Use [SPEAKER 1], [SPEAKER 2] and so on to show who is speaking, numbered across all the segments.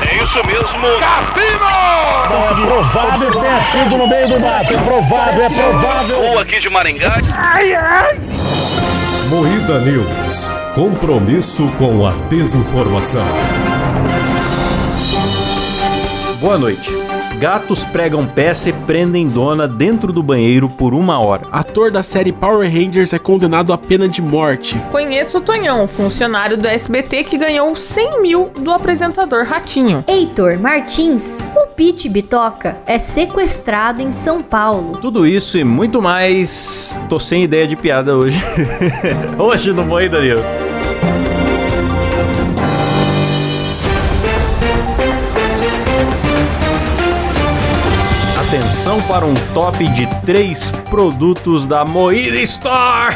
[SPEAKER 1] É isso mesmo. Cassino!
[SPEAKER 2] Conseguiu. Provável tenha sido no meio do mato. É provável, é provável.
[SPEAKER 1] Ou aqui de Maringá.
[SPEAKER 3] Moída News. Compromisso com a desinformação.
[SPEAKER 4] Boa noite. Gatos pregam peça e prendem dona dentro do banheiro por uma hora.
[SPEAKER 5] Ator da série Power Rangers é condenado à pena de morte.
[SPEAKER 6] Conheço o Tonhão, funcionário do SBT que ganhou 100 mil do apresentador Ratinho.
[SPEAKER 7] Heitor Martins, o Pete Bitoca, é sequestrado em São Paulo.
[SPEAKER 4] Tudo isso e muito mais. Tô sem ideia de piada hoje. hoje no Moída News. Atenção para um top de três produtos da Moída Store!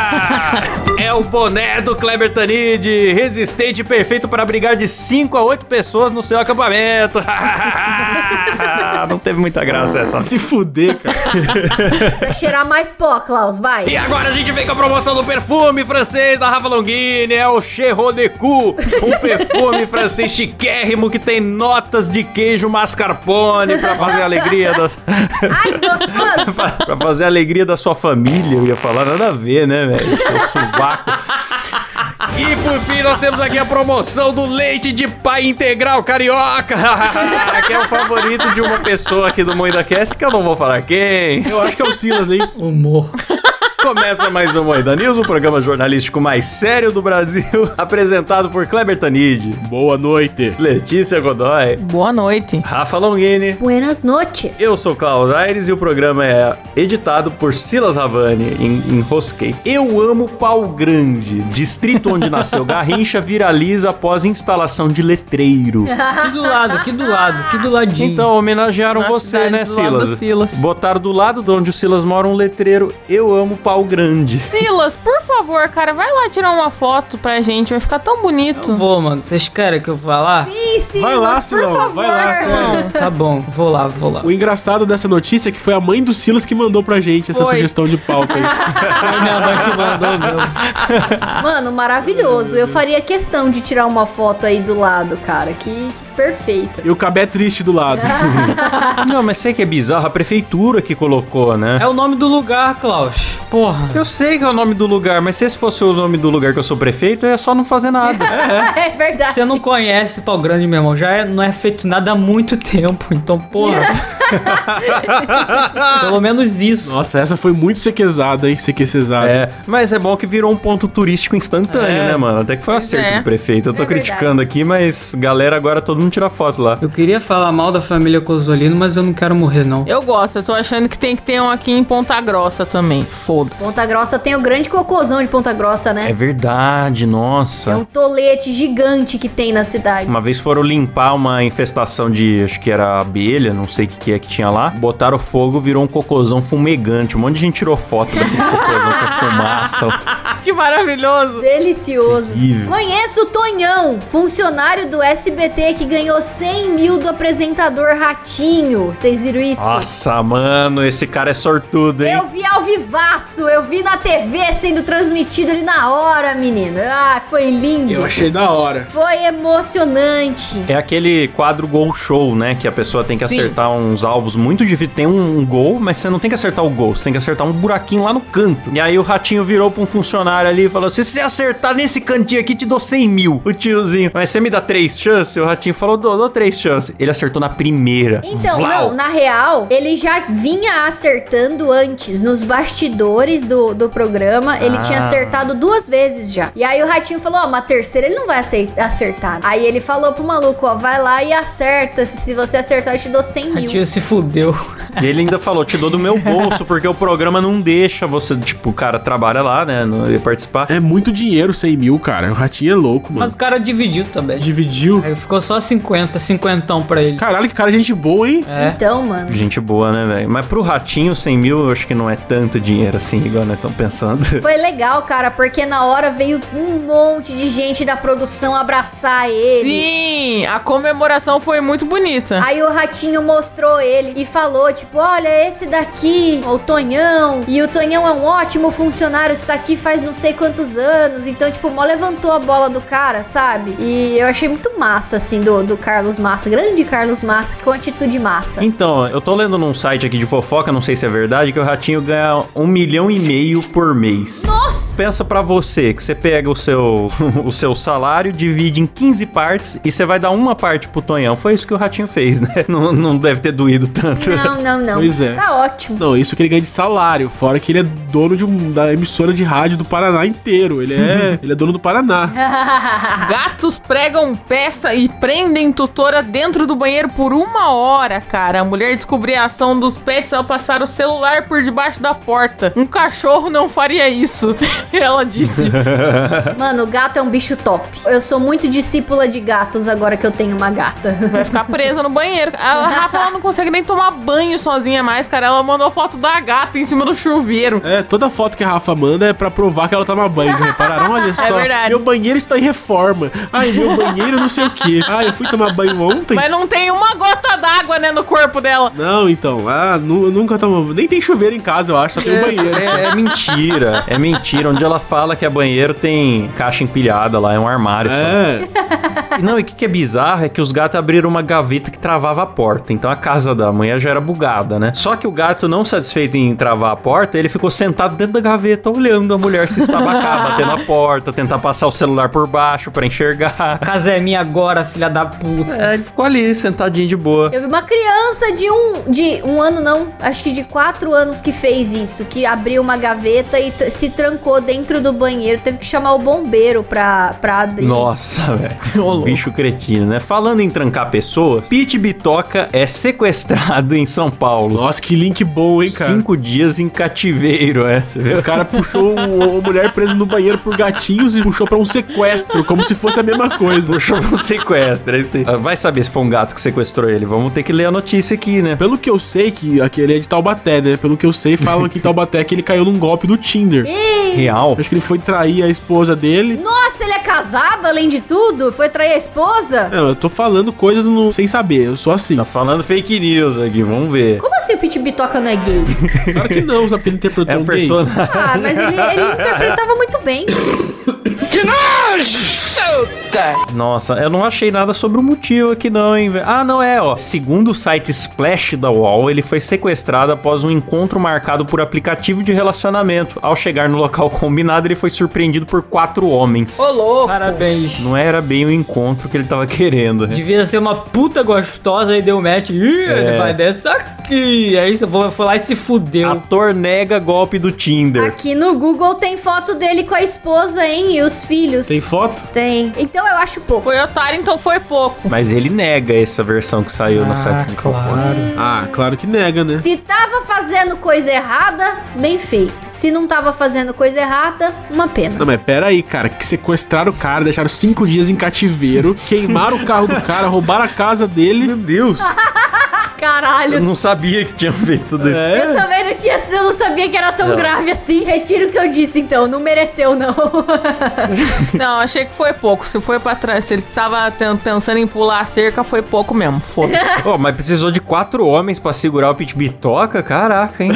[SPEAKER 4] é o boné do Kleber Tanid, resistente e perfeito para abrigar de 5 a 8 pessoas no seu acampamento. Não teve muita graça essa.
[SPEAKER 5] Se fuder, cara.
[SPEAKER 7] Vai cheirar mais pó, Klaus, vai.
[SPEAKER 4] E agora a gente vem com a promoção do perfume francês da Rafa Longini, é o Cheiro de Cou, um perfume francês chiquérrimo que tem notas de queijo mascarpone pra fazer a alegria da,
[SPEAKER 7] Ai, gostoso.
[SPEAKER 4] pra fazer a alegria da sua família, eu ia falar nada a ver, né, velho? Seu sovaco. E por fim, nós temos aqui a promoção do leite de pai integral carioca, que é o favorito de uma pessoa aqui do Moida Cast, que eu não vou falar quem.
[SPEAKER 5] Eu acho que é o Silas, hein?
[SPEAKER 8] Humor.
[SPEAKER 4] Começa mais um Moeda News, o programa jornalístico mais sério do Brasil, apresentado por Kleber Tanid,
[SPEAKER 5] Boa noite.
[SPEAKER 4] Letícia Godoy,
[SPEAKER 6] Boa noite.
[SPEAKER 4] Rafa Longini.
[SPEAKER 7] Buenas noches.
[SPEAKER 4] Eu sou Klaus Aires e o programa é editado por Silas Ravani, em, Rosquei. Eu amo Pau Grande, distrito onde nasceu Garrincha, viraliza após instalação de letreiro.
[SPEAKER 8] Aqui do lado, aqui do lado, aqui do ladinho.
[SPEAKER 4] Então, homenagearam
[SPEAKER 6] Na
[SPEAKER 4] você,
[SPEAKER 6] cidade
[SPEAKER 4] né,
[SPEAKER 6] do lado do
[SPEAKER 4] Silas?
[SPEAKER 6] Silas.
[SPEAKER 4] Botaram do lado de onde o Silas mora um letreiro Eu amo pau grande.
[SPEAKER 6] Silas, por favor, cara, vai lá tirar uma foto pra gente, vai ficar tão bonito.
[SPEAKER 8] Eu vou, mano. Vocês querem que eu vá lá?
[SPEAKER 5] Vai lá, Silão. Vai lá,
[SPEAKER 6] favor.
[SPEAKER 5] Silão.
[SPEAKER 6] Não.
[SPEAKER 8] Tá bom, vou lá, vou lá.
[SPEAKER 5] O engraçado dessa notícia é que foi a mãe do Silas que mandou pra gente essa
[SPEAKER 6] Foi.
[SPEAKER 5] sugestão de pauta. aí.
[SPEAKER 8] Foi é minha mãe que mandou, meu.
[SPEAKER 7] Mano, maravilhoso. Eu faria questão de tirar uma foto aí do lado, cara. Que, que perfeita.
[SPEAKER 5] e o Cabé é triste do lado.
[SPEAKER 4] Não, mas sei que é bizarro, a prefeitura que colocou, né?
[SPEAKER 8] É o nome do lugar, Klaus. Porra.
[SPEAKER 4] Eu sei que é o nome do lugar, mas se esse fosse o nome do lugar que eu sou prefeito, é só não fazer nada.
[SPEAKER 7] É verdade.
[SPEAKER 8] Você não conhece Pau Grande, meu irmão. Já é- não é feito nada há muito tempo. Então, porra. Pelo menos isso.
[SPEAKER 5] Nossa, essa foi muito sequezada, hein? Sequecesada.
[SPEAKER 4] É, mas é bom que virou um ponto turístico instantâneo,
[SPEAKER 8] É.
[SPEAKER 4] né, mano? Até que foi um
[SPEAKER 6] Pois
[SPEAKER 4] acerto
[SPEAKER 6] é.
[SPEAKER 4] do prefeito. Eu tô
[SPEAKER 7] É verdade.
[SPEAKER 4] criticando aqui, mas galera, agora todo mundo tira foto lá.
[SPEAKER 8] Eu queria falar mal da família Cozolino, mas eu não quero morrer, não.
[SPEAKER 6] Eu gosto, eu tô achando que tem que ter um aqui em Ponta Grossa também. Foda-se.
[SPEAKER 7] Ponta Grossa tem o grande cocôzão de Ponta Grossa,
[SPEAKER 4] É
[SPEAKER 7] né?
[SPEAKER 4] verdade, nossa.
[SPEAKER 7] É um tolete gigante que tem na cidade.
[SPEAKER 4] Uma vez foram limpar uma infestação de, acho que era abelha, não sei o que, que é que tinha lá. Botaram fogo, virou um cocôzão fumegante. Um monte de gente tirou foto daquele cocôzão com fumaça.
[SPEAKER 6] Que maravilhoso.
[SPEAKER 7] Delicioso.
[SPEAKER 4] Terrível.
[SPEAKER 7] Conheço o Tonhão, funcionário do SBT que ganhou 100 mil do apresentador Ratinho. Vocês viram isso?
[SPEAKER 4] Nossa, mano, esse cara é sortudo, hein?
[SPEAKER 7] Eu vi ao vivaço, eu vi na TV sendo transmitido ali na hora, menino. Ah, foi lindo.
[SPEAKER 5] Eu achei da hora.
[SPEAKER 7] Foi emocionante.
[SPEAKER 4] É aquele quadro gol show, né? Que a pessoa tem que
[SPEAKER 6] Sim.
[SPEAKER 4] acertar uns alvos muito difíceis. Tem um, um gol, mas você não tem que acertar o gol. Você tem que acertar um buraquinho lá no canto. E aí o ratinho virou pra um funcionário ali e falou: Se você acertar nesse cantinho aqui, te dou 100 mil. O tiozinho. Mas você me dá três chances? O ratinho falou: Dou, dou três chances. Ele acertou na primeira.
[SPEAKER 7] Então,
[SPEAKER 4] Vlau!
[SPEAKER 7] não, na real, ele já vinha acertando antes, nos bastidores do, do programa. Ele
[SPEAKER 4] Ah.
[SPEAKER 7] tinha acertado duas vezes já. E aí o Ratinho falou: Ó, uma terceira ele não vai acei- acertar. Aí ele falou pro maluco: Ó, vai lá e acerta. Se se você acertar, eu te dou 100 mil.
[SPEAKER 8] A tia se fudeu.
[SPEAKER 4] E ele ainda falou, te dou do meu bolso, porque o programa não deixa você, tipo, o cara trabalha lá, né, não ia participar.
[SPEAKER 5] É muito dinheiro 100 mil, cara. O ratinho é louco, mano.
[SPEAKER 8] Mas o cara dividiu também.
[SPEAKER 5] Dividiu.
[SPEAKER 8] Aí ficou só 50, 50 pra ele.
[SPEAKER 5] Caralho, que cara gente boa, hein?
[SPEAKER 8] É.
[SPEAKER 7] Então, mano.
[SPEAKER 4] Gente boa, né, velho? Mas pro ratinho, 100 mil, eu acho que não é tanto dinheiro assim, igual nós estamos pensando.
[SPEAKER 7] Foi legal, cara, porque na hora veio um monte de gente da produção abraçar ele.
[SPEAKER 6] Sim, a comemoração foi muito bonita.
[SPEAKER 5] Ah.
[SPEAKER 7] Aí o ratinho mostrou ele e falou: tipo, olha, esse daqui, o Tonhão. E o Tonhão é um ótimo funcionário que tá aqui faz não sei quantos anos. Então, tipo, mó levantou a bola do cara, sabe? E eu achei muito massa, assim, do, do Carlos Massa, grande Carlos Massa, com atitude massa.
[SPEAKER 4] Então, eu tô lendo num site aqui de fofoca, não sei se é verdade, que o ratinho ganha um milhão e meio por mês.
[SPEAKER 7] Nossa!
[SPEAKER 4] Pensa pra você que você pega o seu, o seu salário, divide em 15 partes e você vai dar uma parte pro Tonhão. Foi isso que o ratinho fez, né? Não, não deve ter doído tanto.
[SPEAKER 7] Não, não, não.
[SPEAKER 5] Pois é.
[SPEAKER 7] Tá ótimo.
[SPEAKER 5] Não, isso que ele ganha de salário, fora que ele é dono de um- da emissora de rádio do Paraná inteiro. Ele é, ele é dono do Paraná.
[SPEAKER 6] Gatos pregam peça e prendem tutora dentro do banheiro por uma hora, cara. A mulher descobriu a ação dos pets ao passar o celular por debaixo da porta. Um cachorro não faria isso, ela disse.
[SPEAKER 7] Mano, gato é um bicho top. Eu sou muito discípula de gatos agora que eu tenho uma gata.
[SPEAKER 6] Vai ficar presa no banheiro. A Rafa ela não consegue nem tomar banho sozinha mais, cara. Ela mandou foto da gata em cima do chuveiro.
[SPEAKER 5] É, toda foto que a Rafa manda é pra provar que ela toma banho, já repararam? Olha só,
[SPEAKER 6] É verdade.
[SPEAKER 5] meu banheiro está em reforma. Ai, meu banheiro não sei o quê. Ah, eu fui tomar banho ontem?
[SPEAKER 6] Mas não tem uma gota d'água, né, no corpo dela.
[SPEAKER 5] Não, então, ah, nu- nunca tomo... Nem tem chuveiro em casa, eu acho, só tem um banheiro.
[SPEAKER 4] É, é mentira, é mentira. Onde ela fala que é banheiro tem caixa empilhada lá, é um armário. só.
[SPEAKER 5] É,
[SPEAKER 4] E Não, e o que, que é bizarro é que os gatos abriram uma gaveta que travava a porta. Então a casa da mulher já era bugada, né? Só que o gato, não satisfeito em travar a porta, ele ficou sentado dentro da gaveta, olhando a mulher se estabacar, batendo a porta, tentar passar o celular por baixo pra enxergar.
[SPEAKER 8] A casa é minha agora, filha da puta.
[SPEAKER 4] É, ele ficou ali, sentadinho de boa.
[SPEAKER 7] Eu vi uma criança de um, de um ano, não, acho que de quatro anos que fez isso, que abriu uma gaveta e t- se trancou dentro do banheiro, teve que chamar o bombeiro pra, pra abrir.
[SPEAKER 4] Nossa, velho.
[SPEAKER 6] louco.
[SPEAKER 4] Bicho cretino, né? Falando em trancar pessoa, Pete Bitoca é sequestrado em São Paulo.
[SPEAKER 5] nossa, que link bom, hein, cara.
[SPEAKER 4] Cinco dias em cativeiro, é, você viu?
[SPEAKER 5] O cara puxou um- uma mulher presa no banheiro por gatinhos e puxou pra um sequestro, como se fosse a mesma coisa.
[SPEAKER 4] Puxou um sequestro, é isso aí. Ah, Vai saber se foi um gato que sequestrou ele. Vamos ter que ler a notícia aqui, né?
[SPEAKER 5] Pelo que eu sei, que aquele é de Taubaté, né? Pelo que eu sei, falam que em Taubaté é que ele caiu num golpe do Tinder.
[SPEAKER 4] Real.
[SPEAKER 5] Acho que ele foi trair a esposa dele.
[SPEAKER 7] Nossa, ele é casado além de tudo? Foi trair a esposa?
[SPEAKER 5] Não, eu tô falando coisas no- sem saber, eu sou assim.
[SPEAKER 4] Tá falando fake news aqui, vamos ver.
[SPEAKER 7] Como assim o Pit Bitoca não é gay?
[SPEAKER 5] Claro que não, sabe? Porque ele interpretou
[SPEAKER 4] É um
[SPEAKER 5] um gay.
[SPEAKER 4] personagem.
[SPEAKER 7] Ah, mas ele, ele interpretava muito bem.
[SPEAKER 4] Nossa, eu não achei nada sobre o motivo aqui não, hein, velho. Ah, não é, ó. Segundo o site Splash da UOL, ele foi sequestrado após um encontro marcado por aplicativo de relacionamento. Ao chegar no local combinado, ele foi surpreendido por quatro homens.
[SPEAKER 6] Ô, louco.
[SPEAKER 8] Parabéns.
[SPEAKER 4] Não era bem o encontro que ele tava querendo, né? É.
[SPEAKER 8] Devia ser uma puta gostosa e deu match. Ih, ele vai dessa aqui. É Aí você foi foi lá e se fudeu.
[SPEAKER 4] Ator nega golpe do Tinder.
[SPEAKER 7] Aqui no Google tem foto dele com a esposa, hein? E os filhos.
[SPEAKER 5] Tem foto?
[SPEAKER 7] Tem. Então eu acho pouco.
[SPEAKER 6] Foi otário, então foi pouco.
[SPEAKER 4] Mas ele nega essa versão que saiu no site do
[SPEAKER 8] Ah, claro.
[SPEAKER 5] Ah, claro que nega, né?
[SPEAKER 7] Se tava fazendo coisa errada, bem feito. Se não tava fazendo coisa errada, uma pena.
[SPEAKER 5] Não, mas pera aí, cara, que sequestraram o cara, deixaram cinco dias em cativeiro, queimaram o carro do cara, roubaram a casa dele.
[SPEAKER 4] Deus! Eu
[SPEAKER 7] Caralho.
[SPEAKER 4] não sabia que tinha feito tudo isso.
[SPEAKER 5] É,
[SPEAKER 7] Eu também não tinha, eu não sabia que era tão
[SPEAKER 4] Não.
[SPEAKER 7] grave assim. Retiro o que eu disse, então. Não mereceu, não.
[SPEAKER 6] Não, achei que foi pouco. Se foi pra trás, se ele tava ten- pensando em pular a cerca, foi pouco mesmo. Foda-se.
[SPEAKER 4] Ó, mas precisou de quatro homens pra segurar o Pit Bitoca? Caraca, hein?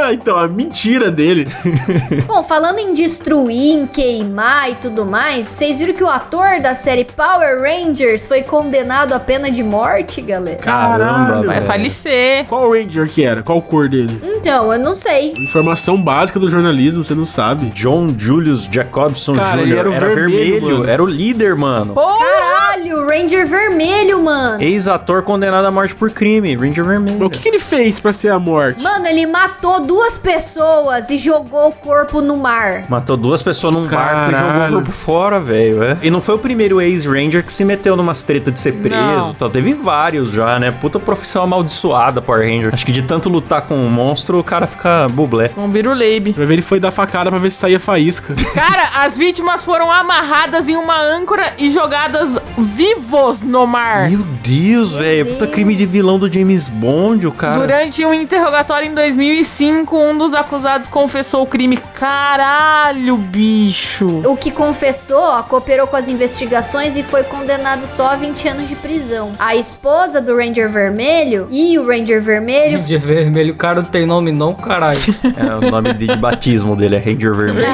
[SPEAKER 4] ó.
[SPEAKER 5] então, a mentira dele.
[SPEAKER 7] Bom, falando em destruir, em queimar e tudo mais, vocês viram que o ator da série Power Rangers foi condenado à pena de morte, galera?
[SPEAKER 4] Caramba,
[SPEAKER 5] Caralho.
[SPEAKER 6] Vai
[SPEAKER 4] velho.
[SPEAKER 6] falecer.
[SPEAKER 5] Qual Ranger que era? Qual cor dele?
[SPEAKER 7] Então, eu não sei.
[SPEAKER 5] Informação básica do jornalismo, você não sabe.
[SPEAKER 4] John Julius Jacobson Jr.
[SPEAKER 5] Cara, ele era o vermelho, mano.
[SPEAKER 4] era o líder, mano.
[SPEAKER 7] Caralho, Ranger vermelho, mano.
[SPEAKER 4] Ex-ator condenado à morte por crime, Ranger Vermelho.
[SPEAKER 5] Mas o que, que ele fez pra ser a morte?
[SPEAKER 7] Mano, ele matou duas pessoas e jogou o corpo no mar.
[SPEAKER 4] Matou duas pessoas num barco e jogou o
[SPEAKER 5] Caralho.
[SPEAKER 4] grupo fora, velho. É. E não foi o primeiro ex-ranger que se meteu numas tretas de ser preso
[SPEAKER 6] Não.
[SPEAKER 4] e tal. Teve vários já, né? Puta profissão amaldiçoada, Power Ranger. Acho que de tanto lutar com um monstro, o cara fica bublé.
[SPEAKER 6] Um biruleibe.
[SPEAKER 5] Pra ver, ele foi dar facada pra ver se saía faísca.
[SPEAKER 6] Cara, as vítimas foram amarradas em uma âncora e jogadas vivos no mar.
[SPEAKER 4] Meu Deus, velho. Puta crime de vilão do James Bond, o cara.
[SPEAKER 6] Durante um interrogatório em 2005, um dos acusados confessou o crime. Caralho, bicho.
[SPEAKER 7] O que confessou, ó, cooperou com as investigações e foi condenado só a 20 anos de prisão. A esposa do Ranger Vermelho e o Ranger Vermelho
[SPEAKER 8] De vermelho, o cara não tem nome não, caralho.
[SPEAKER 4] É, o nome de, de batismo dele é Ranger Vermelho.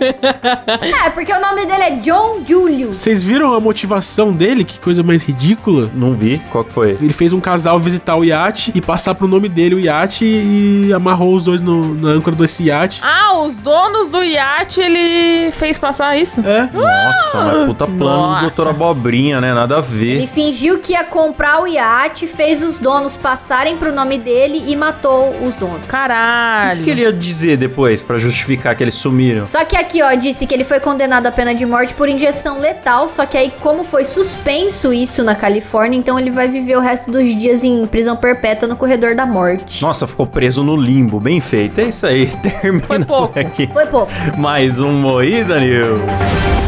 [SPEAKER 7] É, porque o nome dele é John Julius.
[SPEAKER 5] Vocês viram a motiva atuação dele, que coisa mais ridícula.
[SPEAKER 4] Não vi. Qual que foi?
[SPEAKER 5] Ele fez um casal visitar o iate e passar pro nome dele o iate e amarrou os dois no, na âncora desse iate.
[SPEAKER 6] Ah, os donos do iate, ele fez passar isso?
[SPEAKER 5] É.
[SPEAKER 4] Nossa, mas puta plano
[SPEAKER 6] Nossa.
[SPEAKER 4] do doutor Abobrinha, né? Nada a ver.
[SPEAKER 7] Ele fingiu que ia comprar o iate, fez os donos passarem pro nome dele e matou os donos.
[SPEAKER 4] O
[SPEAKER 6] Caralho.
[SPEAKER 4] que, que ele ia dizer depois pra justificar que eles sumiram?
[SPEAKER 7] Só que aqui, ó, disse que ele foi condenado à pena de morte por injeção letal, só que aí, como foi suspenso isso na Califórnia, então ele vai viver o resto dos dias em prisão perpétua no corredor da morte.
[SPEAKER 4] Nossa, ficou preso no limbo. Bem feito. É isso aí. Termina
[SPEAKER 6] Foi pouco.
[SPEAKER 4] por aqui.
[SPEAKER 7] Foi pouco.
[SPEAKER 4] Mais um Moída News.